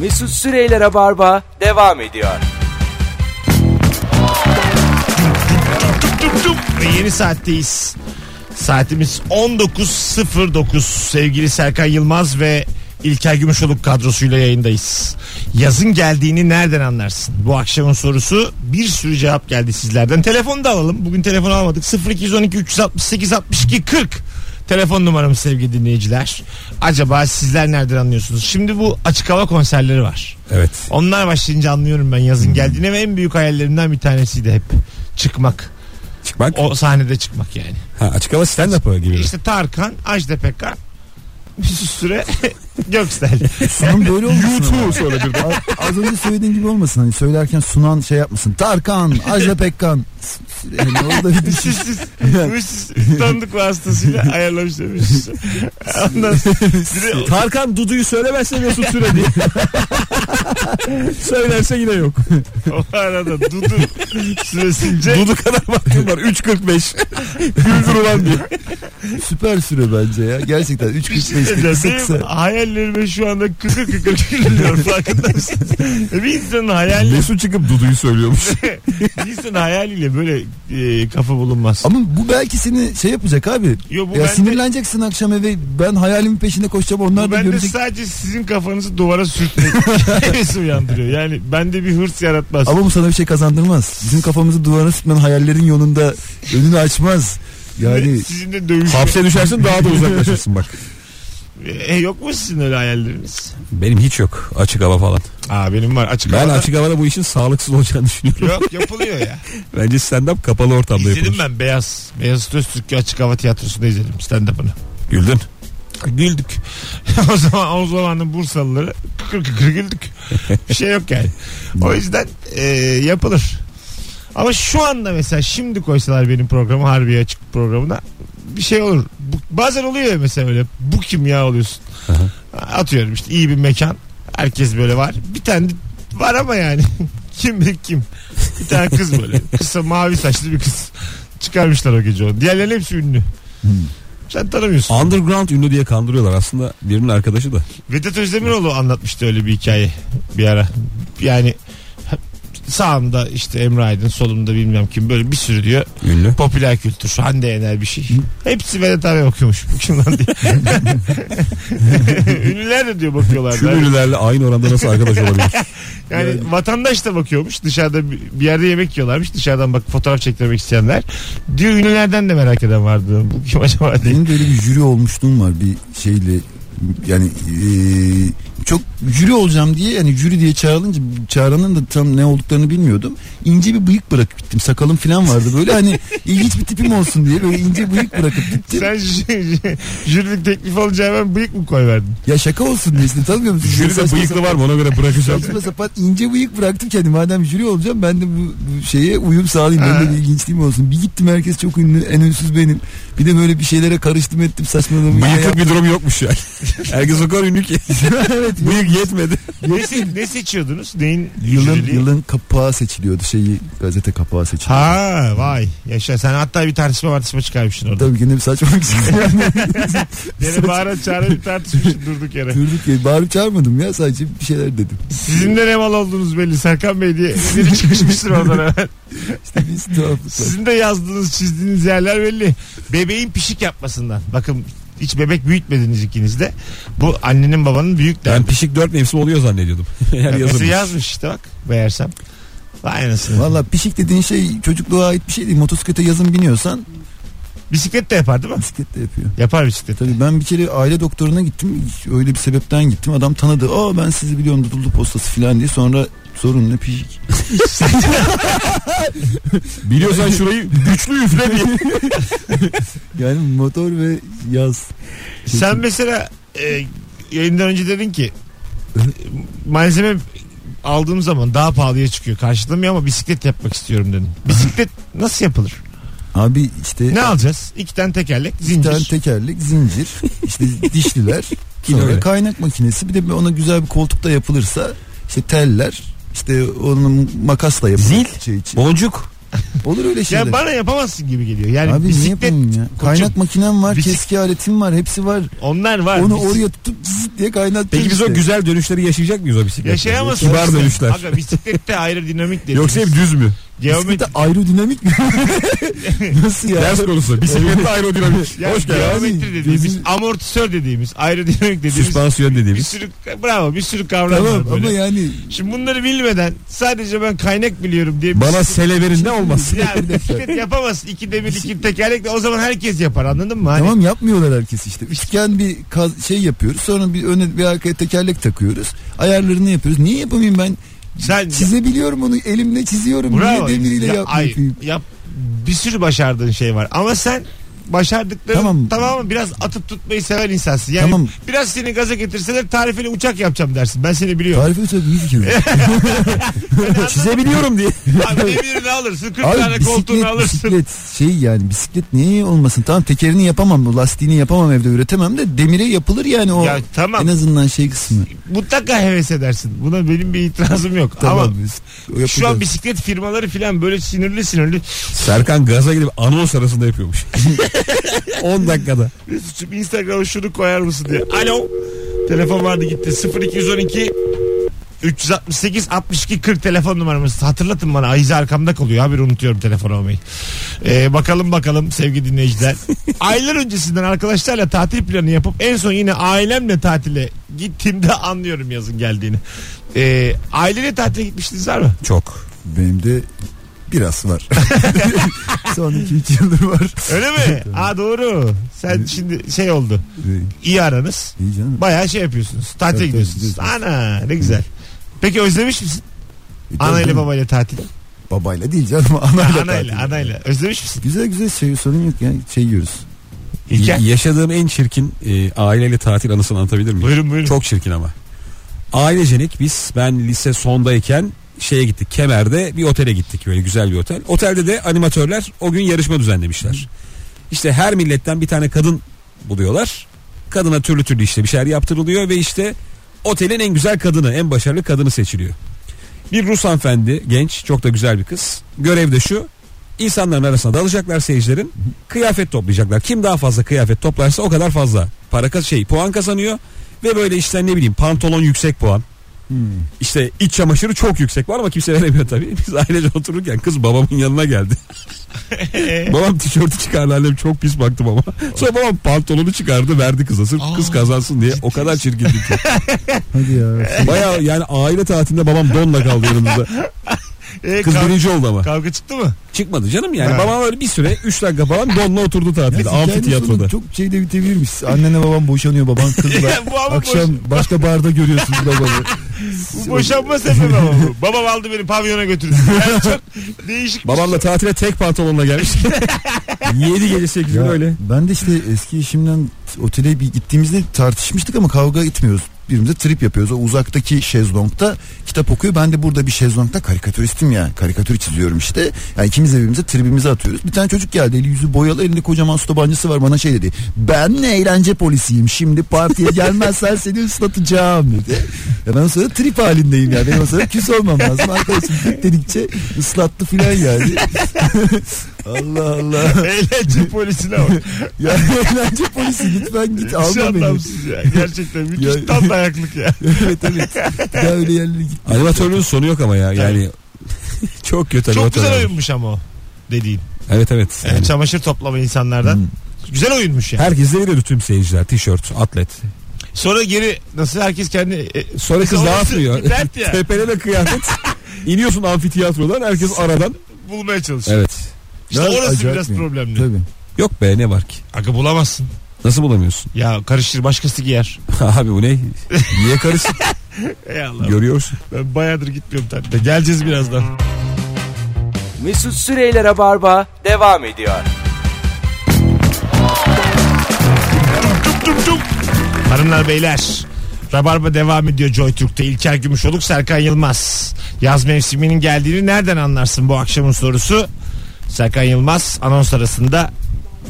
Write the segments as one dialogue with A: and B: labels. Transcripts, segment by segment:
A: Mesut Süreyler'e barba devam ediyor.
B: Tup tup. Ve yeni saatteyiz. Saatimiz 19.09. Sevgili Serkan Yılmaz ve İlker Gümüşoluk kadrosuyla yayındayız. Yazın geldiğini nereden anlarsın? Bu akşamın sorusu bir sürü cevap geldi sizlerden. Telefonu da alalım. Bugün telefon almadık. 0212 368 62 40 telefon numaramız sevgili dinleyiciler. Acaba sizler nereden anlıyorsunuz? Şimdi bu açık hava konserleri var.
C: Evet.
B: Onlar başlayınca anlıyorum ben yazın geldiğini ve en büyük hayallerimden bir tanesiydi hep çıkmak.
C: Çıkmak.
B: O sahnede çıkmak yani.
C: Ha, açık hava stand up'a gibi.
B: İşte Tarkan, Ajda Pekkan, bir süre Göksel.
D: Sunum böyle olmasın. YouTube sonra bir Az önce söylediğin gibi olmasın. Hani söylerken sunan şey yapmasın. Tarkan, Ajda Pekkan. Yani orada bir düşün.
B: Üstsüz, üstsüz tanıdık vasıtasıyla ayarlamış demiş. Ondan sonra bir de
C: Tarkan Dudu'yu söylemezse Mesut Süre diye. Söylerse yine yok.
B: o arada Dudu süresince
C: Dudu kadar vaktim var. 3.45. Güldür ulan diye.
D: Süper süre bence ya. Gerçekten 3
B: bir
D: kişi
B: şey
D: kısa
B: diyeceğim. Benim
D: kısa.
B: hayallerime şu anda kıkır kıkır gülüyor farkında mısınız? Bir insanın hayali,
C: Mesut çıkıp Dudu'yu söylüyormuş.
B: bir insanın hayaliyle böyle e, kafa bulunmaz.
D: Ama bu belki seni şey yapacak abi.
B: Yo, bu
D: ya
B: bende-
D: sinirleneceksin akşam eve. Ben hayalimin peşinde koşacağım. Onlar
B: Bu
D: da
B: bende
D: görecek.
B: sadece sizin kafanızı duvara sürtmek hevesi uyandırıyor. Yani bende bir hırs yaratmaz.
D: Ama bu sana bir şey kazandırmaz. Bizim kafamızı duvara sıkman hayallerin yolunda önünü açmaz. Yani
B: Sizin de dövüş.
C: Hapse düşersin daha da uzaklaşırsın bak.
B: E, yok mu sizin öyle hayalleriniz?
C: Benim hiç yok açık hava falan.
B: Aa benim var açık
C: Ben
B: havada.
C: açık havada bu işin sağlıksız olacağını düşünüyorum.
B: Yok yapılıyor ya.
C: Bence stand up kapalı ortamda
B: izledim
C: yapılır.
B: ben Beyaz. Beyaz Öztürk'ü açık hava tiyatrosunda izledim stand-up'ını.
C: Güldün.
B: Güldük. o zaman o zamanın Bursalıları kıkır kıkır güldük. Bir şey yok yani. O yüzden e, yapılır. Ama şu anda mesela şimdi koysalar benim programı Harbiye Açık programına bir şey olur. Bu- bazen oluyor ya mesela öyle bu kim ya oluyorsun. Atıyorum işte iyi bir mekan. Herkes böyle var. Bir tane de var ama yani kim bilir kim. Bir tane kız böyle. Kısa mavi saçlı bir kız. Çıkarmışlar o gece onu. Diğerlerin hepsi ünlü. Sen tanımıyorsun.
C: Underground ünlü diye kandırıyorlar aslında birinin arkadaşı da.
B: Vedat Özdemiroğlu anlatmıştı öyle bir hikaye bir ara. Yani sağımda işte Emre Aydın, solumda bilmem kim böyle bir sürü diyor.
C: Ünlü.
B: Popüler kültür, Hande Yener bir şey. Hepsi Vedat abi okuyormuş. Bu kim lan diye. Ünlüler de diyor bakıyorlar.
C: Tüm
B: da.
C: ünlülerle aynı oranda nasıl arkadaş olabilir?
B: Yani vatandaş da bakıyormuş. Dışarıda bir bir yerde yemek yiyorlarmış. Dışarıdan bak fotoğraf çektirmek isteyenler. Diyor ünlülerden de merak eden vardı. Bu kim acaba diye.
D: Benim böyle bir jüri olmuşluğum var bir şeyle yani eee, çok jüri olacağım diye yani jüri diye çağrılınca çağıranın da tam ne olduklarını bilmiyordum. İnce bir bıyık bırakıp gittim. Sakalım falan vardı böyle hani ilginç bir tipim olsun diye böyle ince bıyık bırakıp gittim.
B: Sen jü- jürilik teklif alınca hemen bıyık mı koyverdin?
D: Ya şaka olsun diye işte tanımıyor musun?
C: Jüride
D: Saçma
C: bıyıklı
D: sapan-
C: var mı ona göre bırakacağım.
D: Saçma sapan ince bıyık bıraktım kendi madem jüri olacağım ben de bu, bu şeye uyum sağlayayım benim
B: Ha.
D: de bir ilginçliğim olsun. Bir gittim herkes çok ünlü en ünsüz benim. Bir de böyle bir şeylere karıştım ettim saçmaladım.
C: Bıyıklık bir durum yokmuş yani. Herkes o kadar ünlü ki.
D: evet
C: Bıyık yetmedi.
B: Ne, se- ne seçiyordunuz? Neyin
D: Yılın
B: jüriliği?
D: yılın kapağı seçiliyordu şeyi gazete kapağı seçiliyordu.
B: Ha vay. Yaşa sen hatta bir tartışma tartışma çıkarmışsın orada.
D: Tabii gene bir şey saçmalık çıktı yani.
B: Yani bağıra çağıra bir tartışmışsın durduk yere.
D: Durduk ya bağırıp çağırmadım ya sadece bir şeyler dedim.
B: Sizin de ne mal olduğunuz belli Serkan Bey diye biri çıkmıştır oradan hemen.
D: İşte biz tuhaflıklar.
B: Sizin de yazdığınız çizdiğiniz yerler belli. Bebeğin pişik yapmasından. Bakın hiç bebek büyütmediniz ikiniz de. Bu annenin babanın büyük
C: Ben
B: derdi.
C: pişik dört mevsim oluyor zannediyordum. Her
B: Mesela
C: yazılmış.
B: yazmış işte bak meğersem. Vay anasını.
D: Valla pişik dediğin şey çocukluğa ait bir şey değil. Motosiklete yazın biniyorsan
B: Bisiklet de yapar değil mi?
D: bisiklet de yapıyor.
B: Yapar bisiklet.
D: Tabii ben bir kere aile doktoruna gittim. Öyle bir sebepten gittim. Adam tanıdı. Aa ben sizi biliyorum tutuldu postası falan diye. Sonra sorun ne pişik.
C: Biliyorsan şurayı güçlü üfle diye.
D: Yani motor ve yaz.
B: Sen mesela e, yayından önce dedin ki malzeme aldığım zaman daha pahalıya çıkıyor. Karşılamıyor ama bisiklet yapmak istiyorum dedim. Bisiklet nasıl yapılır?
D: Abi işte
B: Ne alacağız? İki tane tekerlek,
D: Bir E, tane
B: zincir.
D: tekerlek, zincir, işte dişliler,
C: Öyle.
D: sonra kaynak makinesi. Bir de bir ona güzel bir koltukta yapılırsa işte teller, işte onun makasla yapılır.
C: Zil.
D: Şey için.
C: Boncuk.
D: Olur öyle şeyler.
B: Yani bana yapamazsın gibi geliyor. Yani
D: Abi niye
B: bisiklet
D: yapayım ya? Kaynak makinem var,
B: Bisik-
D: keski aletim var, hepsi var.
B: onlar var.
D: Onu
B: Bisik-
D: oraya tutup zzz diye kaynatacağız
C: Peki biz o
D: işte.
C: güzel dönüşleri yaşayacak mıyız o bisikletle?
B: yaşayamazsın.
C: Kibar
B: Bisiklet-
C: dönüşler.
B: Aga bisiklette ayrı dinamik dediğimiz.
C: Yoksa hep düz mü?
B: geometri,
D: Bisiklete aerodinamik mi? Nasıl ya?
C: Ders konusu. Bisikletle aerodinamik.
B: yani
C: Hoş geldin.
B: geometri
D: Bizim-
B: dediğimiz, amortisör dediğimiz, ayrı dinamik dediğimiz.
C: Süspansiyon
B: Bir
C: dediğimiz.
B: sürü bravo bir sürü kavram
D: Tamam
B: var böyle.
D: ama
C: Hani-
D: yani
B: Şimdi bunları bilmeden sadece ben kaynak biliyorum diye şey
C: Bana seleverin ne olmaz.
B: ya bisiklet yapamazsın. İki demir iki tekerlekle o zaman herkes yapar anladın mı? Hani
D: tamam yapmıyorlar herkes işte. Üçgen bir kaz- şey yapıyoruz. Sonra bir öne bir arkaya tekerlek takıyoruz. Ayarlarını yapıyoruz. Niye yapamayayım ben?
B: Sen
D: Çizebiliyorum onu elimle çiziyorum.
B: bravo.
D: Niye demiriyle
B: Ya, ay,
D: yapmayayım?
B: yap, bir sürü başardığın şey var ama sen başardıkların tamam.
D: Tamam.
B: tamamı biraz atıp tutmayı seven insansın. Yani
D: Tamam.
B: biraz seni gaza getirseler tarifeli uçak yapacağım dersin. Ben seni biliyorum.
D: Tarifi çok iyi fikir.
C: Çizebiliyorum diye.
B: Abi demirini alırsın 40
D: Abi
B: tane koltuğunu
D: bisiklet,
B: alırsın.
D: bisiklet şey yani bisiklet niye olmasın? Tamam tekerini yapamam, bu lastiğini yapamam evde üretemem de demire yapılır yani o.
B: Ya tamam.
D: En azından şey kısmı.
B: Mutlaka heves edersin. Buna benim bir itirazım yok.
D: Tamam.
B: Ama
D: biz- o
B: şu
D: yapacağız.
B: an bisiklet firmaları falan böyle sinirli sinirli.
C: Serkan gaza gidip anons arasında yapıyormuş. 10 dakikada.
B: Mesut'cum Instagram'a şunu koyar mısın diye. Alo. Telefon vardı gitti. 0212 368 62 40 telefon numaramız. Hatırlatın bana. Ayize arkamda kalıyor. Haberi unutuyorum telefon olmayı. Ee, bakalım bakalım sevgili dinleyiciler. Aylar öncesinden arkadaşlarla tatil planı yapıp en son yine ailemle tatile gittiğimde anlıyorum yazın geldiğini. Ee, aileyle tatile gitmiştiniz var mı?
C: Çok.
D: Benim de biraz var. Son 2-3 yıldır var.
B: Öyle mi? Aa doğru. Sen şimdi şey oldu.
D: İyi,
B: İyi aranız.
D: İyi E, canım.
B: Bayağı şey yapıyorsunuz. Tatile
D: Evet, evet,
B: gidiyorsunuz.
D: gidiyoruz.
B: Ana ne güzel. Peki özlemiş misin?
D: E, tabii
B: Anayla
D: canım.
B: babayla tatil.
D: Babayla değil canım. Anayla.
B: Anayla
D: tatil.
B: anayla. Özlemiş misin?
D: Güzel güzel şey sorun yok ya. Şey yiyoruz.
B: İlker.
C: yaşadığım en çirkin e, aileyle tatil anısını anlatabilir miyim?
B: Buyurun buyurun.
C: Çok çirkin ama. Ailecenik biz ben lise sondayken şeye gittik. Kemer'de bir otele gittik böyle güzel bir otel. Otelde de animatörler o gün yarışma düzenlemişler. İşte her milletten bir tane kadın buluyorlar. Kadına türlü türlü işte bir şeyler yaptırılıyor ve işte otelin en güzel kadını, en başarılı kadını seçiliyor. Bir Rus hanımefendi, genç, çok da güzel bir kız. Görev de şu. insanların arasına dalacaklar seyircilerin. Kıyafet toplayacaklar. Kim daha fazla kıyafet toplarsa o kadar fazla para kas şey puan kazanıyor ve böyle işte ne bileyim pantolon yüksek puan.
D: Hmm,
C: İşte iç çamaşırı çok yüksek var ama kimse veremiyor tabii. Biz ailece otururken kız babamın yanına geldi. babam tişörtü çıkardı annem çok pis baktım ama. Sonra babam pantolonu çıkardı verdi kıza sırf kız kazansın diye. O kadar çirkindi ki.
D: Hadi ya.
C: Baya yani aile tatilinde babam donla kaldı yanımızda.
B: Ee,
C: Kız
B: kav-
C: birinci oldu ama.
B: kavga çıktı mı?
C: Çıkmadı canım yani.
B: Ha.
C: Babam öyle bir süre 3 dakika falan donla oturdu tatilde.
D: Neyse, hikayenin
C: Amfiteyatroda.
D: sonu Çok şeyde bitebilirmiş. Annene baban boşanıyor baban kızla.
B: Ya, bu ama
D: Akşam başka barda görüyorsunuz babanı.
B: Bu boşanma sebebi ama bu. Babam aldı beni pavyona götürdü. Yani çok değişik.
C: Babamla tatile tek pantolonla gelmiş. 7 gece 8 gün
D: Ya,
C: öyle.
D: Ben de işte eski eşimden otele bir gittiğimizde tartışmıştık ama kavga etmiyoruz. Birbirimize trip yapıyoruz. O uzaktaki şezlongda kitap okuyor. Ben de burada bir şezlongda karikatüristim yani. Karikatür çiziyorum işte. Yani ikimiz de birbirimize tribimizi atıyoruz. Bir tane çocuk geldi. Eli yüzü boyalı. Elinde kocaman su tabancası var. Bana şey dedi. Ben ne eğlence polisiyim. Şimdi partiye gelmezsen seni ıslatacağım dedi. Ya ben o sırada trip halindeyim yani. Benim o sırada küs olmam lazım. Arkadaşım git dedikçe ıslattı filan yani. Allah Allah.
B: şey. Eğlence polisine bak.
D: Ya eğlence polisi lütfen git
B: Hiç
D: alma beni.
B: anlamsız ya. Gerçekten müthiş
D: Ya-
B: tam dayaklık ya.
D: evet evet. Ya öyle yerlere git.
C: Animatörlüğün sonu yok ama ya. Yani çok kötü
B: Çok
C: animatör
B: güzel
C: abi.
B: oyunmuş ama o dediğin.
C: Evet evet.
B: Yani
C: Yani
B: çamaşır toplama insanlardan. Güzel oyunmuş yani.
C: Herkes de veriyordu tüm seyirciler tişört, atlet.
B: Sonra geri nasıl herkes kendi e,
C: Sonra kız
B: Orası
C: dağıtmıyor.
B: dert ya.
C: Tepene de kıyafet. İniyorsun amfiteyatrodan herkes aradan.
B: bulmaya çalışıyor.
C: Evet.
B: İşte
D: Biraz
B: orası
D: acayip
B: biraz
D: bir-
B: problemli.
D: Tabii.
C: Yok be ne var ki?
B: Aga bulamazsın.
C: Nasıl bulamıyorsun?
B: Ya karıştır başkası giyer.
C: Abi bu ne? Niye karışık?
B: Ey Allah.
C: Görüyorsun.
B: Ben bayağıdır gitmiyorum tatilde. Geleceğiz birazdan.
A: Mesut Süreyler'e barba devam ediyor.
B: Tum tum tum. Hanımlar beyler. Rabarba devam ediyor Joy Türk'te. İlker Gümüşoluk, Serkan Yılmaz. Yaz mevsiminin geldiğini nereden anlarsın bu akşamın sorusu? Serkan Yılmaz anons arasında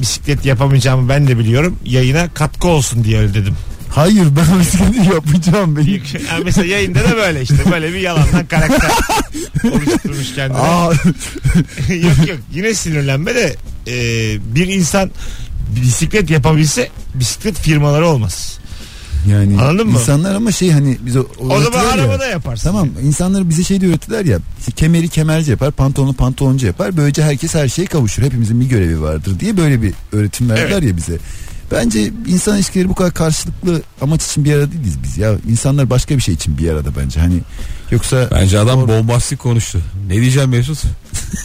B: bisiklet yapamayacağımı ben de biliyorum. Yayına katkı olsun diye öyle dedim.
D: Hayır ben bisiklet yapacağım benim.
B: Büyük- Yani mesela yayında da böyle işte böyle bir yalandan karakter oluşturmuş kendine.
D: Aa,
B: yok yok yine sinirlenme de e, bir insan bisiklet yapabilse bisiklet firmaları olmaz.
D: yani
B: Anladın mı?
D: insanlar ama şey hani biz o,
B: O zaman
D: öğretiler ya.
B: arabada yaparsın.
D: Tamam insanlar bize şey de öğrettiler ya işte kemeri kemerci yapar pantolonu pantoloncu yapar böylece herkes her şeye kavuşur hepimizin bir görevi vardır diye böyle bir öğretim verdiler ya bize. Bence insan ilişkileri bu kadar karşılıklı amaç için bir arada değiliz biz ya insanlar başka bir şey için bir arada bence hani yoksa
C: Bence adam bombastik konuştu. Ne diyeceğim Mesut?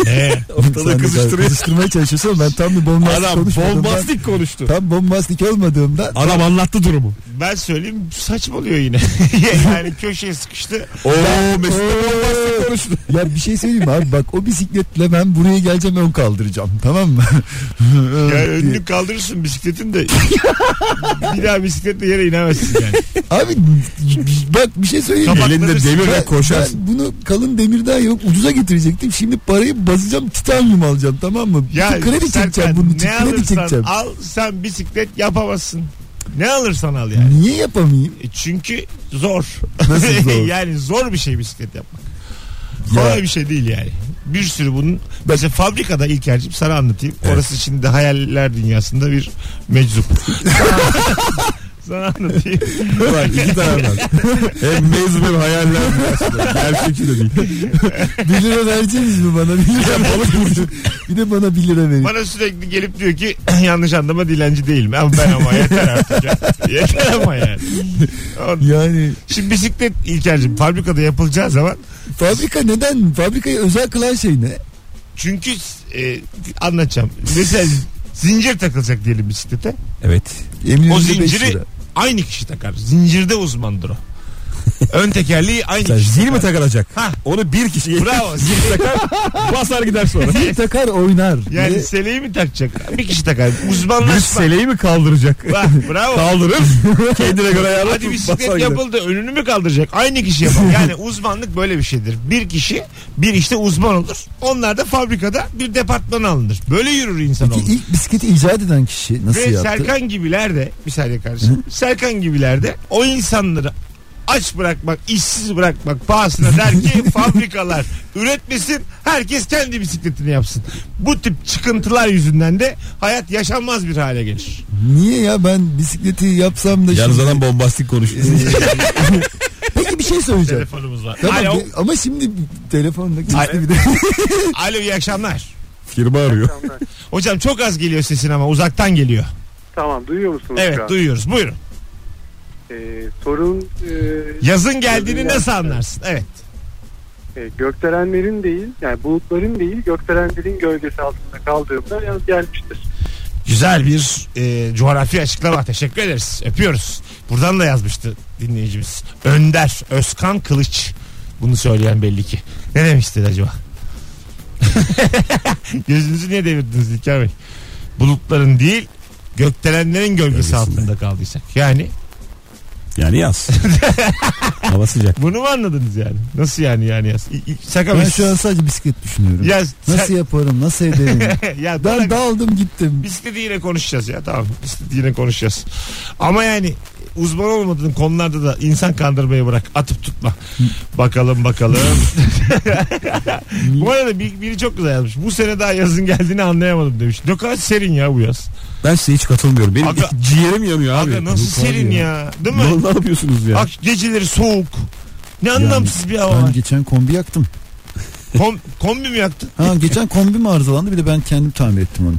B: Ee,
D: Sen de
C: Ortalığı kızıştırıyor.
D: kızıştırmaya çalışıyorsun ama ben tam bir bombastik
C: Adam
D: konuşmadığımdan-
C: bombastik konuştu.
D: Tam bombastik olmadığımda
C: Adam anlattı durumu.
B: ben söyleyeyim saçmalıyor yine. yani köşeye sıkıştı.
C: Oo Mesut da bombastik konuştu.
D: ya bir şey söyleyeyim mi abi bak o bisikletle ben buraya geleceğim ön kaldıracağım tamam mı?
B: Yani
D: Diye.
B: önünü kaldırırsın bisikletin de bir daha bisikletle yere inemezsin yani.
D: Abi bak bir şey söyleyeyim. mi?
B: Kapat-
C: Elinde demir ve
D: Ben-
C: koşarsın.
D: ben bunu kalın demirden yok ucuza getirecektim. Şimdi parayı basacağım titanyum alacağım tamam mı?
B: Ya
D: Bütün kredi
B: Serkan,
D: çekeceğim bunun için
B: ne
D: kredi
B: alırsan
D: çekeceğim.
B: al sen bisiklet yapamazsın. Ne alırsan al yani.
D: Niye yapamayayım?
B: E Çünkü zor.
D: Nasıl zor?
B: yani zor bir şey bisiklet yapmak.
D: Ya.
B: Kolay bir şey değil yani. Bir sürü bunun mesela fabrikada ilk yercim sana anlatayım.
C: Evet.
B: Orası şimdi hayaller dünyasında bir meczup. sana anlatayım.
C: Bak iki taraftan. Hem mezun hem hayaller. Gerçekçi de değil.
D: 1 lira vereceğiniz mi bana? 1 lira balık Bir de bana 1 lira verin.
B: Bana sürekli gelip diyor ki yanlış anlama dilenci değilim. Ama ben ama yeter artık ya. Yeter ama yani. Ondan-
D: Yani
B: Şimdi bisiklet İlker'cim fabrikada yapılacağı zaman
D: fabrika neden? Fabrikayı özel kılan şey ne?
B: çünkü e, anlatacağım. Mesela zincir takılacak diyelim bisiklete.
C: Evet.
D: Emin
B: O
D: önünde beş
B: zinciri
D: lira.
B: aynı kişi takar. Zincirde uzmandır o. Ön tekerleği aynı
C: Mesela
B: kişi
C: zil mi
B: takar.
C: takılacak?
B: Ha.
C: Onu bir kişi
B: Bravo.
C: Zil takar. Basar gider sonra.
D: Bir takar oynar.
B: Yani
D: Ve
B: seleği mi takacak? Bir kişi takar.
C: Bir
B: Uzmanlaşma.
C: seleyi mi kaldıracak?
B: Bak, bravo.
C: Kaldırır. Kendine göre ayarlar.
B: Hadi
C: basar
B: bisiklet
C: gider.
B: yapıldı önünü mü kaldıracak? Aynı kişi yapar. Yani uzmanlık böyle bir şeydir. Bir kişi bir işte uzman olur. Onlar da fabrikada bir departman alınır. Böyle yürür insan
D: Peki
B: olur.
D: ilk bisikleti icat eden kişi nasıl
B: Ve
D: yaptı?
B: Serkan gibiler de bir saniye kardeşim. Serkan gibiler de o insanları aç bırakmak, işsiz bırakmak pahasına der ki fabrikalar üretmesin, herkes kendi bisikletini yapsın. Bu tip çıkıntılar yüzünden de hayat yaşanmaz bir hale gelir.
D: Niye ya ben bisikleti yapsam da
C: Yalnız
D: şimdi-
C: adam bombastik konuşuyor.
D: Peki bir şey söyleyeceğim.
B: Telefonumuz var.
D: Tamam,
B: Alo.
D: de- ama şimdi telefonda
B: Alo.
D: bir de
B: Alo iyi akşamlar.
C: Firma arıyor.
E: Tamam,
B: Hocam çok az geliyor sesin ama uzaktan geliyor.
E: Tamam duyuyor musunuz
B: Evet
E: şu an?
B: duyuyoruz. Buyurun.
E: Ee, sorun e,
B: Yazın geldiğini
E: Yazın
B: nasıl
E: geldi.
B: anlarsın? Evet.
E: e, gökdelenlerin değil yani bulutların değil gökdelenlerin gölgesi altında kaldığımda yaz gelmiştir.
B: Güzel bir e, coğrafi açıklama. Teşekkür ederiz. Öpüyoruz. Buradan da yazmıştı dinleyicimiz. Önder Özkan Kılıç. Bunu söyleyen belli ki. Ne demişti acaba? Gözünüzü niye devirdiniz İlker Bey? Bulutların değil gökdelenlerin gölgesi
C: Gölgesinde.
B: altında kaldıysak. Yani
C: Yani yaz. Hava sıcak.
B: bunu mu anladınız yani? Nasıl yani yani yaz? İ- İ- Şaka
D: ben
B: mı?
D: şu an sadece bisiklet düşünüyorum.
B: Ya,
D: nasıl
B: sen-
D: yaparım nasıl ederim?
B: ya bana- şey
D: ben daldım gittim.
B: Bisikleti yine konuşacağız ya tamam. Bisikleti yine konuşacağız. Ama yani uzman olmadığın konularda da insan kandırmayı bırak. Atıp tutma. Bakalım bakalım. bu arada bir, biri çok güzel yazmış. Bu sene daha yazın geldiğini anlayamadım demiş. Ne kadar serin ya bu yaz.
C: Ben size hiç katılmıyorum. Benim
B: Aga-
C: ciğerim yanıyor abi.
B: Aga nasıl
C: Yok abi
B: serin ya. Değil mi?
C: Ne, ne yapıyorsunuz ya?
B: Bak geceleri soğuk. Ne anlamsız bir hava
D: Ben
B: var.
D: geçen kombi yaktım.
B: Kom, kombi mi yaktın?
D: Ha geçen kombim arızalandı bir de ben kendim tamir ettim onu.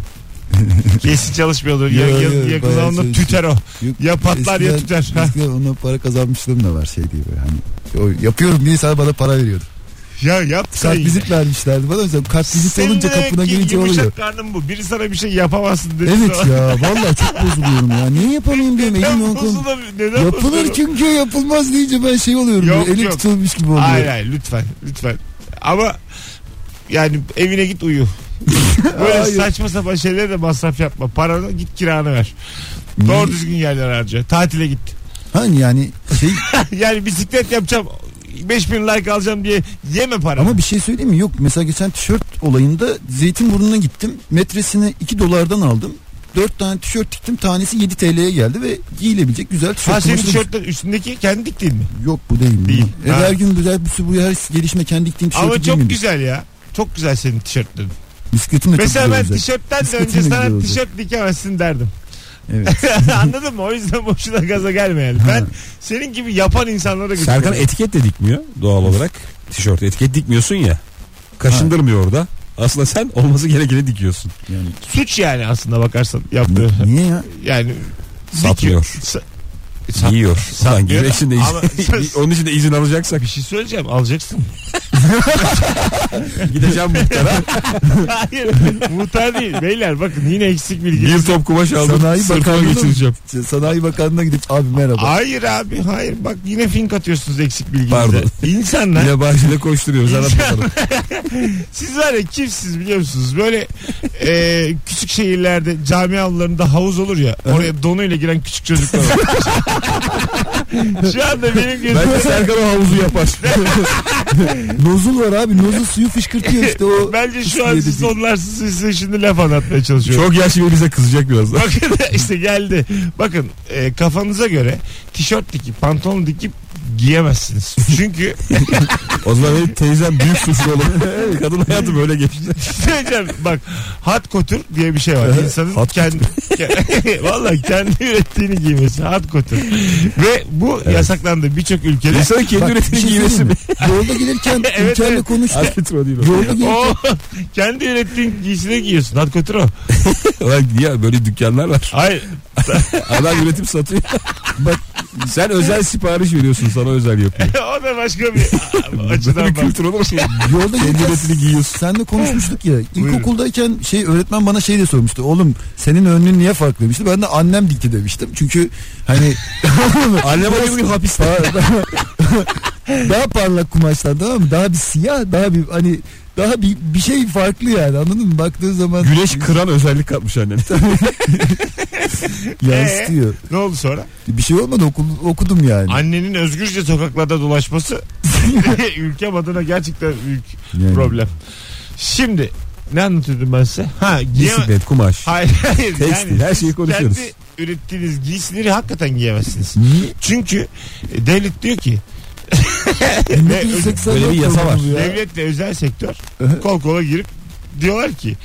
B: Kesin çalışmıyordur.
D: Yo,
B: Ya, ya,
D: yo,
B: yakın
D: bayağı
B: zamanda
D: çalışıyor.
B: tüter o.
D: Yok,
B: Ya patlar ya
D: eskiden-
B: tüter. Ha.
D: Eskiden ona para kazanmışlığım da var şey diye böyle hani. O yapıyorum diye sana bana para veriyordu.
B: Ya yapsın.
D: Kart vizit vermişlerdi bana. Mesela kart vizit
B: Şey Senin
D: olunca
B: demek
D: kapına
B: ki
D: gelince
B: yumuşak
D: oluyor.
B: karnın bu. Biri sana bir şey yapamazsın dedi.
D: Evet ya vallahi çok bozuluyorum ya. Niye yapamayayım diyorum elim
B: Neden
D: yok.
B: bozulur? Neden
D: Yapılır
B: bozulur?
D: çünkü yapılmaz deyince ben şey oluyorum.
B: Yok,
D: ya, elim
B: yok.
D: tutulmuş gibi oluyor.
B: Hayır hayır lütfen lütfen. Ama yani evine git uyu. Böyle
D: Hayır.
B: saçma sapan şeylere de masraf yapma. Paranı git kiranı ver. Doğru düzgün yerler harca. Tatile git.
D: Hani yani şey
B: yani bisiklet yapacağım. 5000 like alacağım diye yeme paranı.
D: ama bir şey söyleyeyim mi? Yok mesela geçen tişört olayında Zeytinburnu'na gittim. Metresini 2 dolardan aldım. 4 tane tişört diktim. Tanesi 7 TL'ye geldi ve giyilebilecek güzel
B: Ha
D: tişört.
B: senin
D: kumaşı da-
B: tişörtler üstündeki kendi diktin mi?
D: Yok bu değil.
B: Değil.
D: E,
B: Ha.
D: her gün güzel bir sürü bu her gelişme kendi diktiğim tişörtü
B: Ama çok
D: giymedim.
B: güzel ya. Çok güzel senin tişörtlerin.
D: Bisikletim de
B: Mesela
D: çok
B: ben
D: güzel olacak.
B: tişörtten de
D: Bisikletin
B: önce
D: de güzel
B: sana
D: olacak.
B: tişört dikemezsin derdim.
D: Evet.
B: Anladın mı? O yüzden boşuna gaza gelmeyelim. Ben senin gibi yapan insanlara götürüyorum.
C: Serkan etiket de dikmiyor doğal olarak. Tişört etiket dikmiyorsun ya. Kaşındırmıyor orada. Aslında sen olması gerekeni dikiyorsun.
D: Yani,
B: Suç yani aslında bakarsan yaptığı.
D: ni- niye ya?
B: yani
C: Satmıyor.
B: dikiyor. Sa- Sat-
C: Yiyor. Ulan
B: Satmıyor da-
C: güneşin de
B: Ama-
C: izin, onun için de izin alacaksak
B: bir şey söyleyeceğim alacaksın.
C: gideceğim muhtara.
B: Hayır muhtar değil beyler bakın yine eksik bilgi.
C: bir top kumaş aldım.
D: Sanayi
C: Sırtıma
D: Bakanlığı'nın-
C: geçireceğim.
D: Sanayi Bakanlığı'na gidip abi merhaba.
B: Hayır abi hayır bak yine fink atıyorsunuz eksik bilginize.
C: Pardon.
B: İnsanlar
C: Yine bahçede koşturuyoruz. Anlat bakalım.
B: Siz var ya kimsiniz biliyor musunuz? Böyle e, küçük şehirlerde cami avlularında havuz olur ya. Oraya donuyla giren küçük çocuklar var. Şu anda benim gözümde
C: Bence Serkan o havuzu yapar.
D: Nozul var abi. Nozul suyu fışkırtıyor işte o.
B: bence şu an siz onlarsız siz size şimdi laf anlatmaya çalışıyorum.
C: Çok yaşlı bize kızacak birazdan.
B: Bakın işte geldi. Bakın e, kafanıza göre tişört dikip pantolon dikip giyemezsiniz. Çünkü
C: O zaman benim teyzem büyük suçlu olur. Kadın hayatı böyle geçti.
B: Hocam bak hat kotur diye bir şey var. İnsanın
C: Hat
B: kendi ke- vallahi kendi ürettiğini giymesi hat kotur. Ve bu yasaklandı birçok ülkede.
C: İnsanın kendi üretimi giymesi mi?
D: şey Yolda gelirken
B: Evet,
D: İlker'le
B: evet.
D: konuştuk.
C: Arbitro değil o.
D: Yolda gelirken
B: O kendi ürettiğin giysine giyiyorsun. Hat kotur o.
C: Ulan ya böyle dükkanlar var.
B: Hayır.
C: Adam üretip satıyor. Bak sen özel sipariş veriyorsun sana özel yapıyor.
B: o da başka bir
C: Böyle bir
B: açıdan bak.
C: kültür olur
D: Şey,
C: mu?
D: Yolda
C: Kendi
D: gelirken
C: üretini giyiyorsun.
D: senle konuşmuştuk ya.
B: Buyurun.
D: İlkokuldayken şey öğretmen bana şey de sormuştu. Oğlum senin önlüğün niye farklı demişti. Ben de annem dikti demiştim. Çünkü hani
C: Annem bugün hapiste.
D: daha parlak kumaşlar tamam mı? Daha bir siyah, daha bir hani daha bir, bir şey farklı yani anladın mı? Baktığın zaman
C: Güneş kıran özellik katmış annene.
D: yansıtıyor.
B: Ne oldu sonra?
D: Ee? Bir şey olmadı okul- okudum yani.
B: Annenin özgürce sokaklarda dolaşması ülkem adına gerçekten büyük
D: Yani.
B: problem. Şimdi ne anlatıyordum ben size? Ha giyeme-
C: Bisiklet, kumaş.
B: Hayır hayır.
C: Tekstil, her şeyi konuşuyoruz.
B: Kendi ürettiğiniz giysileri hakikaten giyemezsiniz.
D: Niye?
B: Çünkü e, devlet diyor ki
D: Ne bilsek
C: Böyle bir
D: sen
C: yasa var.
D: yapmadın ya.
B: devletle özel sektör
D: Aha.
B: kol kola girip diyorlar ki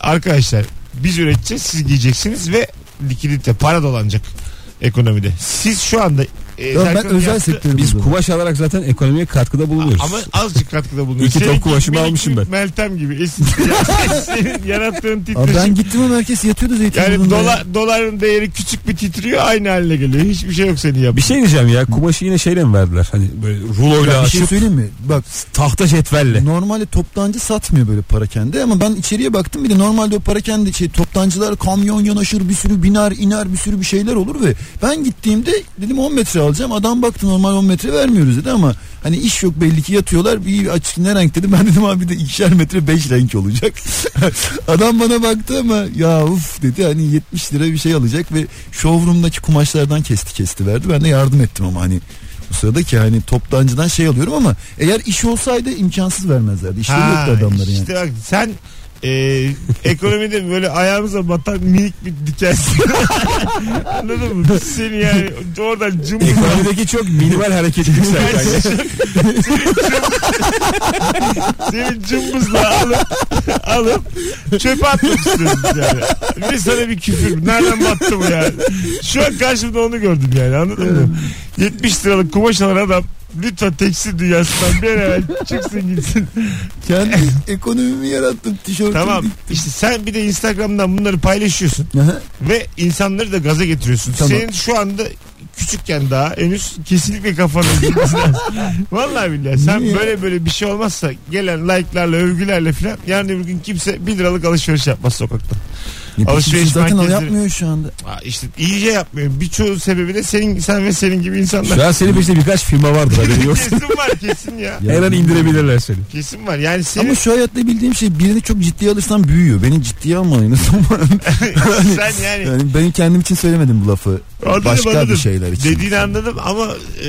B: arkadaşlar biz üreteceğiz siz giyeceksiniz ve likidite para dolanacak ekonomide. Siz şu anda e,
D: Tamam, ben
B: Serkan'ın
D: özel
B: yaptığı-
D: sektörüm.
C: Biz
D: o zaman.
C: kumaş alarak zaten ekonomiye katkıda bulunuyoruz.
B: Ama azıcık katkıda bulunuyor.
C: İki top
B: Seninki
C: kumaşımı
B: minik
C: almışım ben.
B: Meltem gibi. Es- Ya Senin yarattığın
D: Abi ben
B: titreşim.
D: gittim ama herkes yatıyordu Zeytinburnu'nda.
B: Yani
D: ya.
B: dolar, doların değeri küçük bir titriyor aynı haline geliyor. Hiçbir şey yok senin yaptığın.
C: Bir şey diyeceğim ya kumaşı yine şeyle mi verdiler? Hani böyle ruloyla
D: Ya bir şey
C: açıp
D: söyleyeyim mi? Bak
C: tahta cetvelle.
D: normalde toptancı satmıyor böyle parakende ama ben içeriye baktım bir de normalde o parakende şey toptancılar kamyon yanaşır bir sürü biner iner bir sürü bir şeyler olur ve ben gittiğimde dedim 10 metre alacağım adam baktı normal 10 metre vermiyoruz dedi ama hani iş yok belli ki yatıyorlar bir açık ne renk dedi ben dedim abi de ikişer metre 5 renk olacak adam bana baktı ama ya uf dedi hani 70 lira bir şey alacak ve showroom'daki kumaşlardan kesti kesti verdi ben de yardım ettim ama hani bu sırada ki hani toptancıdan şey alıyorum ama eğer iş olsaydı imkansız vermezlerdi. İşleri
B: Ha,
D: yoktu adamların yani.
B: işte bak sen e, ekonomide böyle ayağımıza batan minik bir dikensin. Anladın mı? Seni yani oradan cımbız
C: Ekonomideki çok minimal hareketlilik serkan ya.
B: seni cımbızla alıp alıp çöpe atmak istiyoruz yani. Bir de sana bir küfür. Nereden battı bu yani? Şu an karşımda onu gördüm yani anladın mı? 70 liralık kumaş alan adam lütfen tekstil dünyasından bir an evvel çıksın gitsin.
D: Kendi ekonomimi yarattım tişörtümü.
B: Tamam işte sen bir de Instagram'dan bunları paylaşıyorsun.
D: Aha,
B: Ve insanları da gaza getiriyorsun.
D: Tamam.
B: Senin şu anda küçükken daha henüz kesinlikle kafanı girmesi lazım. Vallahi billahi sen
D: Niye?
B: böyle böyle bir şey olmazsa gelen like'larla övgülerle falan yarın öbür gün kimse 1 liralık alışveriş yapmaz sokakta.
D: Ya
B: Alışveriş
D: zaten
B: merkezleri-
D: yapmıyor şu anda.
B: Aa, işte iyice yapmıyor. Birçoğu sebebi de senin sen ve senin gibi insanlar.
C: Şu an senin peşinde birkaç firma vardır haberi yok.
B: kesin var kesin ya.
C: Her an indirebilirler seni.
B: Kesin var. Yani
D: Ama
B: senin
D: şu hayatta bildiğim şey birini çok ciddiye alırsan büyüyor. Beni ciddiye almalıyım.
B: sen yani
D: yani ben kendim için söylemedim bu lafı.
B: Anladım,
D: Başka
B: anladım.
D: bir şeyler için.
B: dediğini anladım ama e,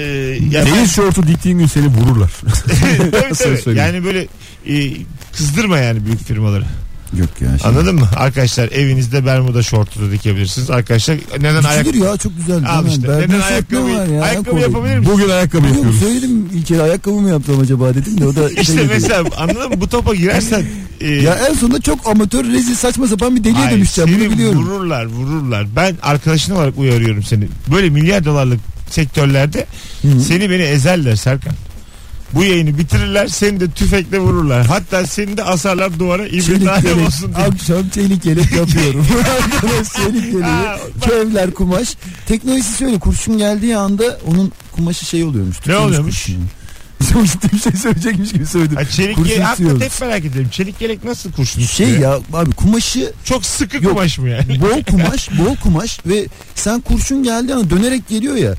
B: yani
C: Deniz şortu diktiğin gün seni vururlar.
B: Tabii,
C: Sen
B: tabii.
C: söyle.
B: Yani böyle e, kızdırma yani büyük firmaları.
D: Yok ya. Şey.
B: Anladın mı? Arkadaşlar evinizde bermuda şortu da dikebilirsiniz. Arkadaşlar neden ayak...
D: Dikilir ya çok güzel.
B: Abi işte,
D: Berber
B: neden
D: set şey ne
B: ayakkabı-
D: var ya?
B: ayakkabı
D: Kolay.
B: yapabilir miyim?
C: Bugün ayakkabı
D: Yok,
C: yapıyoruz.
D: söyledim ilk kere ayakkabı mı yaptım acaba dedim de o da şey
B: İşte
D: dedi.
B: mesela anladın mı? Bu topa girersen... e,
D: Ya en sonunda çok amatör rezil saçma sapan bir deliye
B: hayır,
D: dönüşeceğim bunu
B: seni
D: biliyorum.
B: Vururlar vururlar. Ben arkadaşın olarak uyarıyorum seni. Böyle milyar dolarlık sektörlerde
D: Hı.
B: seni beni ezerler Serkan. Bu yayını bitirirler seni de tüfekle vururlar. Hatta seni de asarlar duvara ibret
D: Çelik
B: alem
D: yelek,
B: olsun diye.
D: akşam çelik yelek yapıyorum. Arkadaş çelik yeleği,
B: Aa, bak.
D: kevler kumaş. Teknolojisi şöyle kurşun geldiği anda onun kumaşı şey oluyormuş. tutuyormuş
B: oluyormuş?
D: kurşunu. Çok ciddi bir şey söyleyecekmiş gibi söyledim.
B: Ha, çelik
D: kurşun
B: yelek hakikaten
D: istiyoruz.
B: hep merak ediyorum. Çelik yelek nasıl kurşun
D: Şey
B: tutuyor?
D: ya abi kumaşı
B: Çok sıkı
D: Yok.
B: kumaş mı yani?
D: bol kumaş bol kumaş ve sen kurşun geldi ama dönerek geliyor ya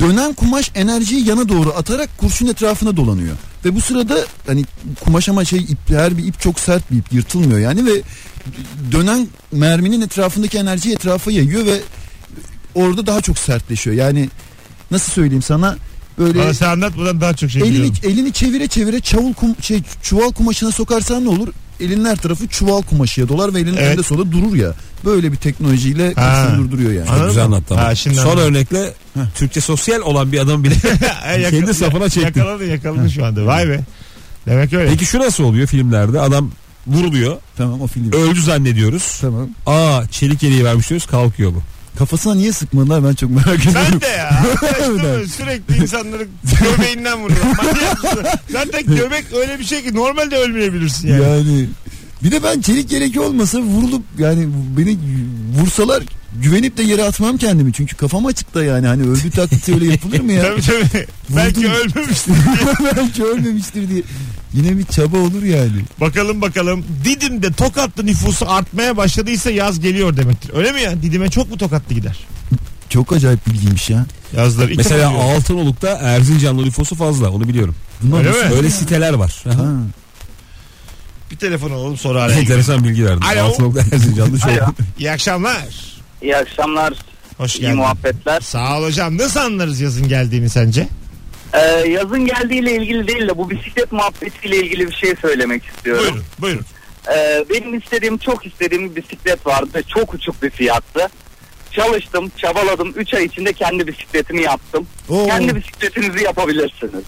D: dönen kumaş enerjiyi yana doğru atarak kurşun etrafına dolanıyor. Ve bu sırada hani kumaş ama şey ip her bir ip çok sert bir ip yırtılmıyor yani ve dönen merminin etrafındaki enerjiyi etrafa yayıyor ve orada daha çok sertleşiyor. Yani nasıl söyleyeyim sana böyle
B: Bana sen anlat buradan daha çok şey
D: elini
B: biliyorum.
D: elini çevire çevire çavul kum, şey çuval kumaşına sokarsan ne olur? Elinin her tarafı çuval kumaşıya dolar ve elinin
B: Evet.
D: önünde solda durur ya. Böyle bir teknolojiyle
B: Ha.
D: kurşun durduruyor yani.
B: Anladın
C: Güzel
B: mı?
C: anlattı ama.
B: Ha, şimdi
C: Son
B: anladım.
C: örnekle Türkçe sosyal olan bir adam bile
B: Ha, yaka-
C: kendi safına çekti.
B: Yakaladın yakaladın şu anda. Vay be. Demek öyle.
C: Peki şu nasıl oluyor filmlerde? Adam vuruluyor.
D: Tamam o film.
C: Öldü zannediyoruz.
D: Tamam.
C: Aa çelik yeleği vermiş diyoruz. Kalkıyor bu.
D: Kafasına niye sıkmadılar ben çok merak ediyorum.
B: Ben de ya. Arkadaşlar sürekli insanları göbeğinden vuruyor. Manyak mısın? Zaten göbek öyle bir şey ki normalde ölmeyebilirsin yani.
D: yani. bir de ben çelik gerek olmasa vurulup yani beni vursalar güvenip de yere atmam kendimi. Çünkü kafam açıkta yani hani öldü taklidi öyle yapılır mı ya?
B: Tabii tabii. Belki ölmemiştim.
D: Belki ölmemiştir diye. Yine bir çaba olur yani.
B: Bakalım bakalım. Didim'de Tokatlı nüfusu artmaya başladıysa yaz geliyor demektir. Öyle mi ya? Didim'e çok mu Tokatlı gider?
D: Çok acayip bilgiymiş ya.
B: Yazları ilk
C: Mesela
B: defa duyuyorum.
C: Altınoluk'ta Erzincanlı nüfusu fazla. Onu biliyorum.
D: Bunlar
B: Öyle
D: nasıl-
B: mi?
C: Öyle siteler var. Aha.
D: Ha.
B: bir telefon alalım sonra araya. girelim.
C: Enteresan bilgi verdim.
B: Alo.
C: Altınoluk'ta Erzincanlı şey. çok.
F: Alo.
B: İyi akşamlar.
F: İyi akşamlar,
B: Hoş
F: iyi
B: geldin.
F: muhabbetler.
B: Sağ ol hocam. Nasıl anlarız yazın geldiğini sence?
F: Ee, yazın geldiğiyle ilgili değil de bu bisiklet muhabbetiyle ilgili bir şey söylemek istiyorum.
B: Buyurun buyurun.
F: Ee, benim istediğim çok istediğim bir bisiklet vardı. Çok uçuk bir fiyattı. Çalıştım, çabaladım. 3 ay içinde kendi bisikletimi yaptım.
D: Oo.
F: Kendi bisikletinizi yapabilirsiniz.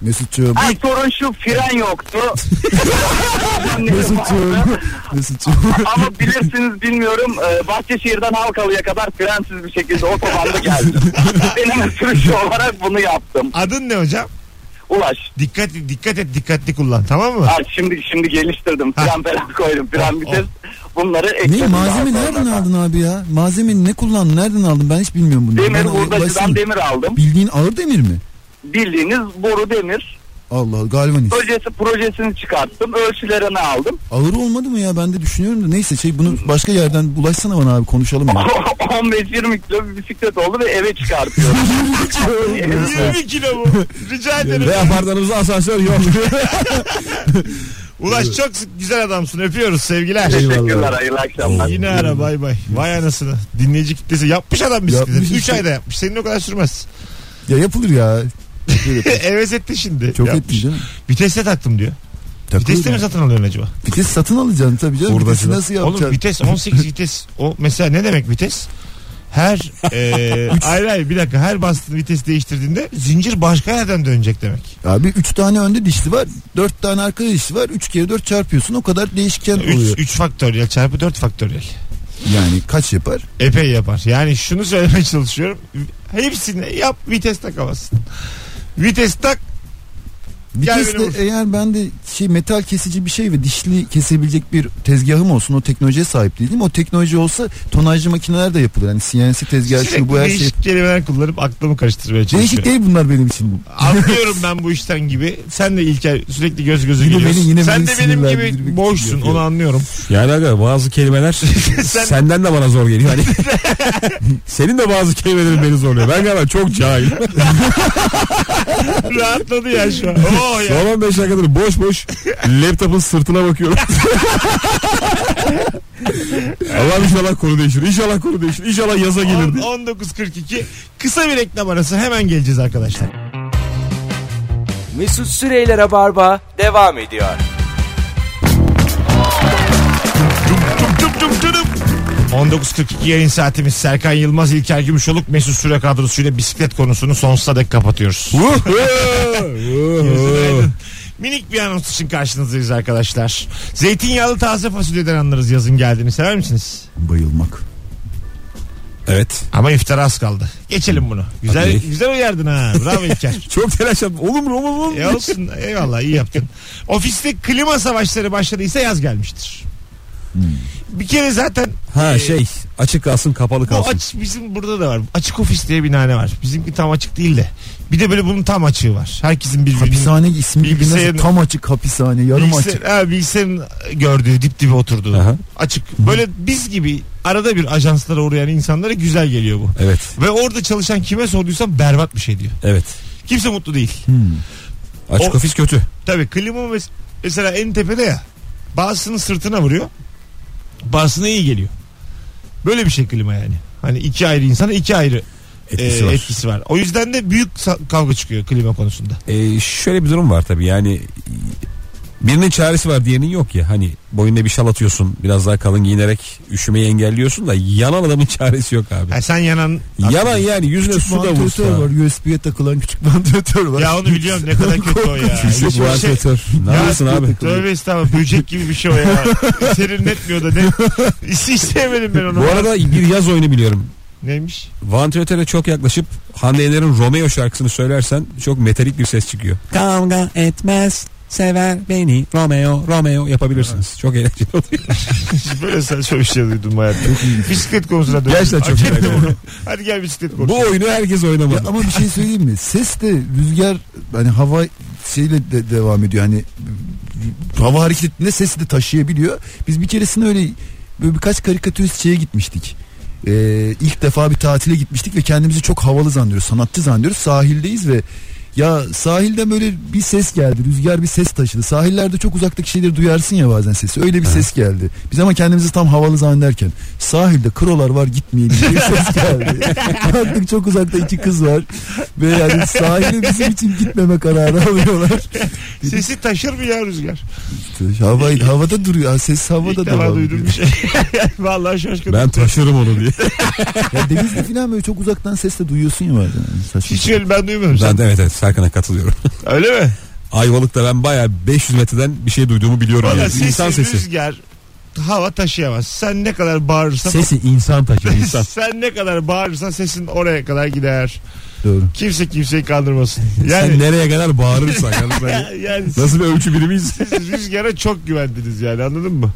D: Mesut'cuğum.
F: Ha, sorun şu fren yoktu.
D: Mesut'cuğum. Mesut'cuğum.
F: Ama bilirsiniz bilmiyorum e, Bahçeşehir'den Halkalı'ya kadar frensiz bir şekilde otobanda geldim. Benim sürüşü olarak bunu yaptım.
B: Adın ne hocam?
F: Ulaş.
B: Dikkat dikkat et dikkatli kullan tamam mı?
F: Ha, şimdi şimdi geliştirdim.
B: Ha.
F: Fren falan koydum. Fren
B: Oh,
F: vites. Bunları ekledim.
D: Ne malzeme
F: daha
D: nereden
F: sonra.
D: aldın abi ya? Malzeme ne kullandın? Nereden aldın? Ben hiç bilmiyorum bunu.
F: Demir
D: Bana ulaşsana.
F: hurdacıdan demir aldım.
D: Bildiğin ağır demir mi?
F: Bildiğiniz boru demir.
D: Allah galvanist.
F: Projesi projesini çıkarttım. Ölçülerini aldım.
D: Ağır olmadı mı ya? Ben de düşünüyorum da neyse şey bunu başka yerden ulaşsana bana abi konuşalım ya.
F: 15-20 kilo bir bisiklet oldu ve eve çıkartıyorum.
B: 20 kilo mu? Rica ederim.
C: Ve apartmanımızda asansör yok.
B: Ulaş çok güzel adamsın. Öpüyoruz sevgiler.
F: Teşekkürler hayırlı akşamlar.
B: Yine ara bay bay. Vay anasını. Dinleyici kitlesi yapmış adam
D: Yapmış
B: bisikleti. 3
D: işte.
B: ayda yapmış. Senin o kadar sürmez.
D: Ya yapılır ya.
B: Heves etti şimdi.
D: Çok
B: Yapmış.
D: ettin değil mi?
B: Viteste taktım diyor.
D: Takılır
B: Viteste mi
D: ya.
B: satın alıyorsun acaba?
D: Vites satın alacaksın tabii canım.
C: Hurdacıdan.
D: Vitesi nasıl yapacaksın?
B: Oğlum vites 18 vites. O mesela ne demek vites? Her e, hayır hayır bir dakika her bastığın vites değiştirdiğinde zincir başka yerden dönecek demek.
D: Abi 3 tane önde dişli var. 4 tane arka dişli var. 3 kere 4 çarpıyorsun. O kadar değişken
B: 3
D: oluyor.
B: 3 faktöriyel çarpı 4 faktöriyel.
D: Yani kaç yapar?
B: Epey yapar. Yani şunu söylemeye çalışıyorum. Hepsini yap vites takamazsın. Vites tak Gel
D: Vites
B: beni vur.
D: de eğer ben de şey metal kesici bir şey ve dişli kesebilecek bir tezgahım olsun o teknolojiye sahip değilim. O teknoloji olsa tonajlı makineler de yapılır. Hani CNC tezgahı şu
B: sürekli
D: bu her şey.
B: değişik şey. kelimeler kullanıp aklımı karıştırmaya
D: Değişik
B: çalışıyorum.
D: değil bunlar benim için.
B: Anlıyorum ben bu işten gibi. Sen de İlker sürekli göz gözü
D: Yine
B: geliyorsun.
D: beni- yine
B: Sen
D: beni
B: de benim
D: sinirlendirmek
B: gibi
D: için
B: boşsun
D: yapıyor.
B: onu anlıyorum.
C: yani aga bazı kelimeler
B: Sen-
C: senden de bana zor geliyor. Hani senin de bazı kelimelerin beni zorluyor. Ben galiba çok cahil.
B: Rahatladı ya şu an. Oh ya.
C: Son 15 dakikadır boş boş laptopun sırtına bakıyorum. Allah inşallah konu değişir. İnşallah konu değişir. İnşallah yaza gelir. diye.
B: 19.42 kısa bir reklam arası hemen geleceğiz arkadaşlar.
A: Mesut Süreyler'e barba devam ediyor.
B: Tum tum tum tum tum. 19.42 yayın saatimiz Serkan Yılmaz, İlker Gümüşoluk, Mesut Süre kadrosuyla bisiklet konusunu sonsuza dek kapatıyoruz. Günaydın. Minik bir anons için karşınızdayız arkadaşlar. Zeytinyağlı taze fasulyeden anlarız yazın geldiğini sever misiniz?
D: Bayılmak.
C: evet.
B: Ama iftara az kaldı. Geçelim bunu. Güzel
C: Hadi.
B: güzel uyardın ha. Bravo İlker.
C: Çok telaş yapma. Olur mu olur mu? olur mu?
B: E olsun eyvallah iyi yaptın. Ofiste klima savaşları başladıysa yaz gelmiştir. Bir kere zaten
C: Ha şey açık kalsın kapalı
B: bu
C: kalsın.
B: aç, bizim burada da var. Açık ofis diye bir nane var. Bizimki tam açık değil de. Bir de böyle bunun tam açığı var. Herkesin birbirinin
D: Hapishane ismi gibi
B: Bilgisayarın-
D: nasıl tam açık hapishane yarım
B: bilgisayar,
D: açık.
B: ha, bilgisayarın gördüğü dip dibe oturduğu.
C: Aha.
B: Açık. Böyle biz gibi arada bir ajanslara uğrayan insanlara güzel geliyor bu.
C: Evet.
B: Ve orada çalışan kime sorduysam berbat bir şey diyor.
C: Evet.
B: Kimse mutlu değil.
C: Açık
B: O-
C: ofis kötü.
B: Tabii klima mes- mesela en tepede ya. Bazısının sırtına vuruyor. Bazısına iyi geliyor. Böyle bir şey klima yani. Hani iki ayrı insana iki ayrı
C: Etkisi
B: e,
C: var.
B: etkisi var. O yüzden de büyük sa- kavga çıkıyor klima konusunda.
C: E, şöyle bir durum var tabii yani birinin çaresi var diğerinin yok ya hani boyuna bir şal atıyorsun biraz daha kalın giyinerek üşümeyi engelliyorsun da yanan adamın çaresi yok abi.
B: Yani sen yanan
C: Yanan yani yüzüne
D: Küçük
C: su da vursa.
D: vantilatör var. USB'ye takılan küçük vantilatör var.
B: ya onu biliyorum ne kadar kötü o ya.
C: Küçük
B: Hiçbir şey-
C: vantilatör. Ne yapıyorsun
B: Ya,
C: abi?
B: Tövbe estağfurullah böcek gibi bir şey o ya. Serinletmiyor da ne? Hiç sevmedim ben onu.
C: Bu arada bir yaz oyunu biliyorum.
B: Neymiş?
C: Vantilatöre çok yaklaşıp Hande Yener'in Romeo şarkısını söylersen çok metalik bir ses çıkıyor. Kavga etmez sever beni Romeo Romeo yapabilirsiniz. Çok eğlenceli oluyor.
B: Böyle saçma bir şey duydum hayatta. bisiklet konusuna döndüm.
C: Gerçekten çok
B: Hak ettim
C: güzel.
B: onu. Hadi gel bisiklet konusuna.
C: Bu oyunu herkes oynamalı.
D: Ya ama bir şey söyleyeyim mi? Ses de rüzgar hani hava şeyle de devam ediyor. Hani hava hareketinde sesi de taşıyabiliyor. Biz bir keresinde öyle böyle birkaç karikatürist şeye gitmiştik. Ee, ilk defa bir tatile gitmiştik ve kendimizi çok havalı zannediyoruz, sanatçı zannediyoruz. Sahildeyiz ve ya sahilden böyle bir ses geldi. Rüzgar bir ses taşıdı. Sahillerde çok uzaktaki şeyleri duyarsın ya bazen sesi. Öyle bir ses geldi. Biz ama kendimizi tam havalı zannederken sahilde krolar var gitmeyin diye bir ses geldi. Baktık çok uzakta iki kız var. Ve yani sahile bizim için gitmeme kararı alıyorlar.
B: Sesi taşır mı ya rüzgar?
D: Hava, havada duruyor. Ha, Ses havada
B: İlk
D: devam
B: defa duydum
D: ediyor.
B: bir şey. Vallahi şaşkınım.
C: Ben taşırım onu diye.
D: Ya denizde falan böyle çok uzaktan ses de duyuyorsun ya bazen. Yani saçma
B: Hiç
D: sapan.
B: öyle ben duymadım. Sen,
C: Ben de evet evet Serkan'a katılıyorum.
B: öyle mi?
C: Ayvalık'ta ben bayağı 500 metreden bir şey duyduğumu biliyorum.
B: Valla
C: Yani.
B: sesi,
C: İnsan sesi.
B: rüzgar hava taşıyamaz. Sen ne kadar bağırırsan
C: insan taşıyor insan.
B: sen ne kadar bağırırsan sesin oraya kadar gider.
D: Doğru.
B: Kimse kimseyi kandırmasın.
C: Sen
B: Yani
C: nereye kadar bağırırsan. Yani ben-
B: yani siz,
C: Nasıl bir ölçü birimiyiz?
B: siz rüzgara çok güvendiniz yani anladın mı?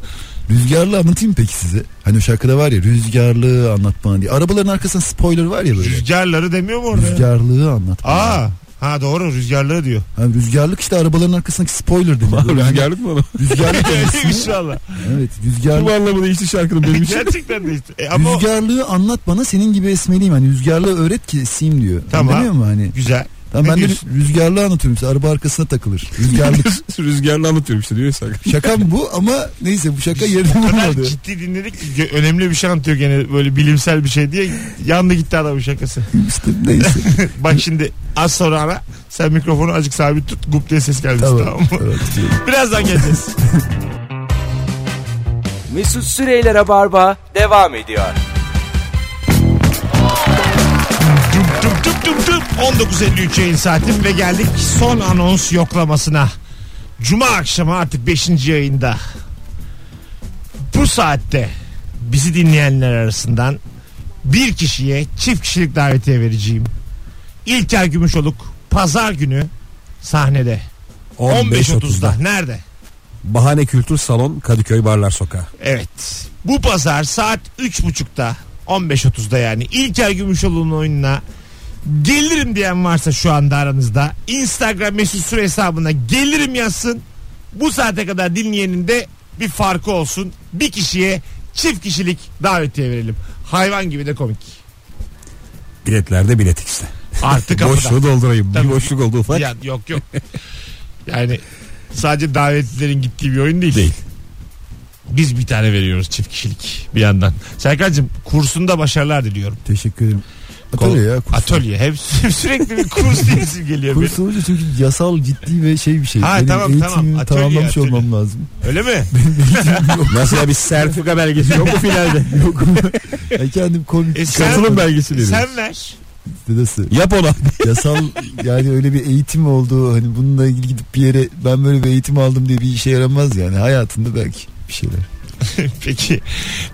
D: Rüzgarlı anlatayım peki size. Hani o şarkıda var ya rüzgarlığı anlat bana diye. Arabaların arkasında spoiler var ya böyle.
B: Rüzgarları demiyor mu orada? ya?
D: Rüzgarlığı anlat bana.
B: Aa ha doğru rüzgarları diyor.
D: Ha, rüzgarlık işte arabaların arkasındaki spoiler deniyor. Böyle hani
C: Rüzgarlık mı oğlum?
D: Rüzgarlık
B: Öyleymiş
D: anlatsın.
B: valla.
D: Evet
C: Bu
D: rüzgarlık.
C: anlamı değişti şarkının benim için.
B: Gerçekten de işte. E, ama o-
D: Rüzgarlığı anlat bana senin gibi esmeliyim. Hani rüzgarlığı öğret ki eseyim diyor.
B: Tamam.
D: Anlamıyor musun hani?
B: güzel.
D: Tamam
B: Ne
D: ben de
B: diyorsun?
D: rüzgarlığı anlatıyorum size. Araba arkasına takılır. Rüzgarlık.
C: Rüzgarını anlatıyorum işte diyor ya Serkan.
D: Şakam bu ama neyse bu şaka yerine
B: O kadar
D: bulmadı.
B: ciddi dinledik ki gö- önemli bir şey anlatıyor gene böyle bilimsel bir şey diye yandı gitti adamın şakası.
D: İşte neyse.
B: Bak şimdi az sonra ara sen mikrofonu azıcık sabit tut gup diye ses gelmesin tamam,
D: tamam.
B: mı?
D: Evet.
B: Birazdan geleceğiz.
A: Mesut Süreyler'e barba devam ediyor.
B: Tüm tüm tüm tüm tüm. 19.53 yayın saatim ve geldik son anons yoklamasına. Cuma akşamı artık 5. yayında. Bu saatte bizi dinleyenler arasından bir kişiye çift kişilik davetiye vereceğim. İlker Gümüşoluk pazar günü sahnede 15.30'da. Nerede?
C: Bahane Kültür Salon Kadıköy Barlar Sokağı.
B: Evet. Bu pazar saat 3.30'da 15.30'da yani İlker Gümüşoğlu'nun oyununa gelirim diyen varsa şu anda aranızda Instagram mesut süre hesabına gelirim yazsın. Bu saate kadar dinleyenin de bir farkı olsun. Bir kişiye çift kişilik davetiye verelim. Hayvan gibi de komik.
C: Biletlerde bilet X'te.
B: Artık kapıda.
C: Boşluğu doldurayım.
B: Tabii.
C: Bir boşluk oldu ufak.
B: Ya, yok yok. Yani sadece davetlilerin gittiği bir oyun değil.
C: Değil.
B: Biz bir tane veriyoruz çift kişilik bir yandan. Serkan'cığım kursunda başarılar diliyorum.
D: Teşekkür ederim. Atölye ya, kurs.
B: Atölye. Hep sü- sürekli bir kurs diyesim geliyor
D: Kurs olunca çünkü yasal ciddi ve şey bir şey.
B: Ha,
D: Benim
B: tamam,
D: eğitimimi
B: tamam. Atölye,
D: tamamlamış
B: atölye.
D: olmam lazım.
B: benim. Öyle mi?
C: Nasıl ya bir sertifika belgesi yok mu finalde?
D: Yok. ya kendim komik.
B: E sen-
D: Katılım
C: belgesi
B: Sen ver.
D: dedesi.
C: Yap ona.
D: Yasal yani öyle bir eğitim olduğu hani bununla ilgili gidip bir yere ben böyle bir eğitim aldım diye bir işe yaramaz yani hayatında belki bir şeyler.
B: Peki.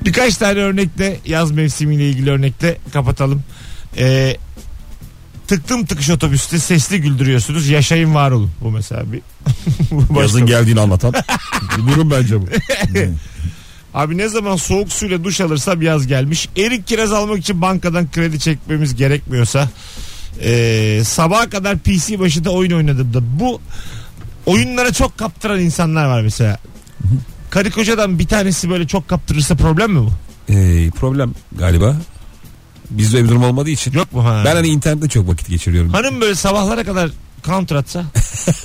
B: Birkaç tane örnekte yaz mevsimiyle ilgili örnekte kapatalım. Ee, tıktım tıkış otobüste sesli güldürüyorsunuz. Yaşayın var olun. Bu mesela bir. bu başka
C: Yazın
B: bir-
C: geldiğini anlatan. Bir durum bence bu.
B: Abi ne zaman soğuk suyla duş alırsam yaz gelmiş. Erik kiraz almak için bankadan kredi çekmemiz gerekmiyorsa eee sabaha kadar PC başında oyun oynadım da bu oyunlara çok kaptıran insanlar var mesela. Karı kocadan bir tanesi böyle çok kaptırırsa problem mi bu?
C: Ee, problem galiba. Bizde öyle bir durum olmadığı için.
B: Yok mu ha?
C: Ben hani internette çok vakit geçiriyorum.
B: Hanım böyle sabahlara kadar counter atsa.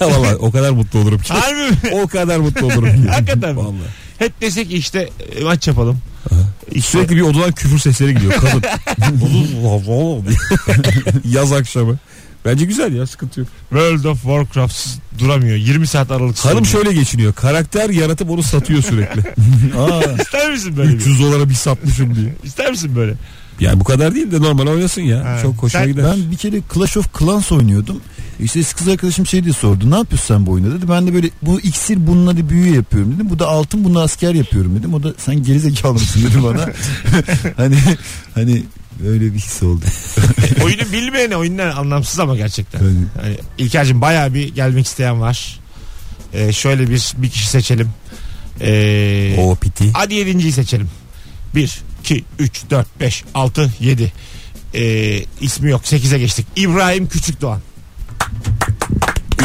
C: Valla o kadar mutlu olurum ki.
B: Harbi mi?
C: o kadar mutlu olurum ki.
B: Hakikaten mi?
C: Vallahi.
B: Hep desek ki işte e, maç yapalım. İşte-
C: Sürekli bir odadan küfür sesleri gidiyor kadın. Vav, vav diye. Yaz akşamı. Bence güzel ya sıkıntı yok.
B: World of Warcraft duramıyor. 20 saat aralıksız.
C: Hanım
B: oynuyor.
C: şöyle geçiniyor. Karakter yaratıp onu satıyor sürekli.
B: İster misin böyle? bir?
C: 300 dolara bir satmışım diye.
B: İster misin böyle?
C: Yani bu kadar değil de normal oynasın ya.
B: Ha.
C: Çok hoşuma
B: Sen-
C: gider.
D: Ben bir kere Clash of Clans oynuyordum. İşte eski kız arkadaşım şey diye sordu. Ne yapıyorsun sen bu oyunda dedi. Ben de böyle bu iksir bununla bir büyü yapıyorum dedim. Bu da altın bununla asker yapıyorum dedim. O da sen gerizekalı mısın dedi bana. hani hani öyle bir his oldu.
B: Oyunu bilmeyene oyunlar anlamsız ama gerçekten.
D: Yani
B: Hani İlker'cim bayağı bir gelmek isteyen var. Ee, şöyle bir bir kişi seçelim. Ee,
C: O piti.
B: hadi yedinciyi seçelim. Bir, iki, üç, dört, beş, altı, yedi. Ee, ismi yok. Sekize geçtik. İbrahim Küçükdoğan.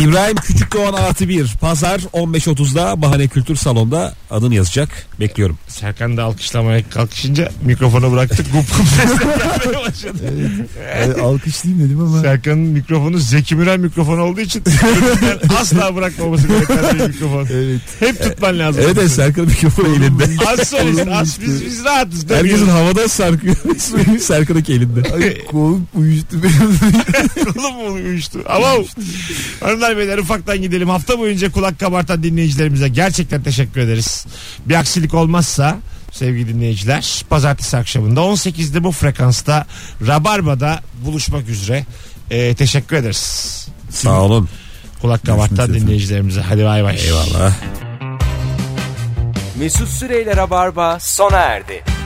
C: İbrahim Küçükdoğan artı bir. Pazar 15.30'da Bahane Kültür Salonu'nda adını yazacak. Bekliyorum.
B: Serkan da alkışlamaya kalkışınca mikrofonu bıraktık. Gup gup sesler gelmeye başladı.
D: e, alkışlayayım dedim ama.
B: Serkan'ın mikrofonu Zeki Müren mikrofonu olduğu için çocuklar asla bırakmaması gereken bir mikrofon.
D: Evet.
B: Hep tutman lazım.
C: Evet evet Serkan mikrofon elinde.
B: Az solist, az biz, biz rahatız.
C: Herkesin havada sarkıyor. Serkan'ınki elinde.
D: Ay kolum uyuştu benim.
B: Kolum mu uyuştu? Ama hanımlar beyler ufaktan gidelim. Hafta boyunca kulak kabartan dinleyicilerimize gerçekten teşekkür ederiz. Bir aksilik olmazsa sevgili dinleyiciler pazartesi akşamında 18'de bu frekansta Rabarba'da buluşmak üzere. Ee, teşekkür ederiz.
C: Sağ olun.
B: Kulak
D: Görüşmek
B: kabartan
D: üzere.
B: dinleyicilerimize. Hadi bay bay.
C: Eyvallah.
A: Mesut Süreyler'e barba sona erdi.